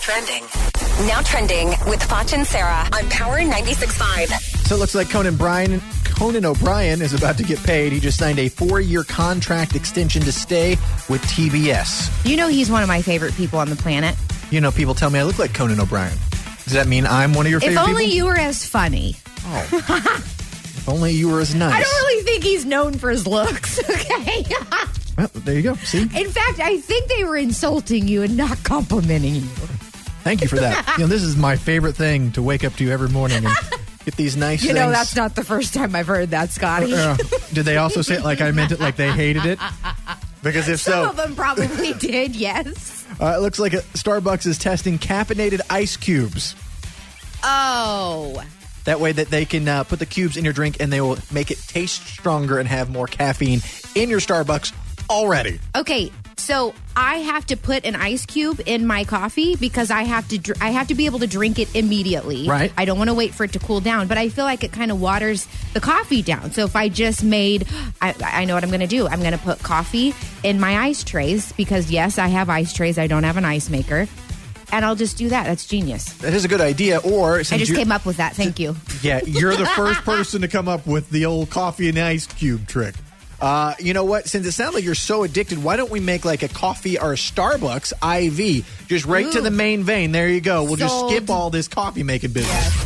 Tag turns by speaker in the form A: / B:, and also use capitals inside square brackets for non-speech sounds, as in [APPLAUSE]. A: trending. Now trending with Foch and Sarah on Power 96.5.
B: So it looks like Conan Bryan, Conan O'Brien is about to get paid. He just signed a four-year contract extension to stay with TBS.
C: You know he's one of my favorite people on the planet.
B: You know, people tell me I look like Conan O'Brien. Does that mean I'm one of your
C: If
B: favorite
C: only
B: people?
C: you were as funny. [LAUGHS]
B: if only you were as nice.
C: I don't really think he's known for his looks, [LAUGHS] okay?
B: Well, there you go. See,
C: In fact, I think they were insulting you and not complimenting you.
B: thank you for that.
C: [LAUGHS]
B: you know, this is my favorite thing to wake up to every morning and get these nice.
C: You know,
B: things.
C: that's not the first time I've heard that, Scotty.
B: Yeah. Did they also say it like I meant it, like they hated
C: [LAUGHS]
B: it? Because if
C: Some
B: so,
C: of them probably [LAUGHS] did, yes.
B: uh, it looks like a, Starbucks is testing caffeinated ice cubes.
C: Oh.
B: That way, that they can uh, put the cubes in your drink and they will make it taste stronger and have more caffeine in your Starbucks already.
C: Okay, so I have to put an ice cube in my coffee because I have to dr- I have to be able to drink it immediately.
B: Right.
C: I don't want to wait for it to cool down, but I feel like it kind of waters the coffee down. So if I just made I, I know what I'm going to do. I'm going to put coffee in my ice trays because yes, I have ice trays. I don't have an ice maker. And I'll just do that. That's genius.
B: That is a good idea. Or since
C: I just
B: you-
C: came up with that. Thank you.
B: Yeah,
C: [LAUGHS]
B: you're the first person to come up with the old coffee and ice cube trick. Uh, you know what? Since it sounds like you're so addicted, why don't we make like a coffee or a Starbucks IV? Just right to
C: Ooh.
B: the main vein. There you go. We'll just
C: Sold.
B: skip all this coffee making business.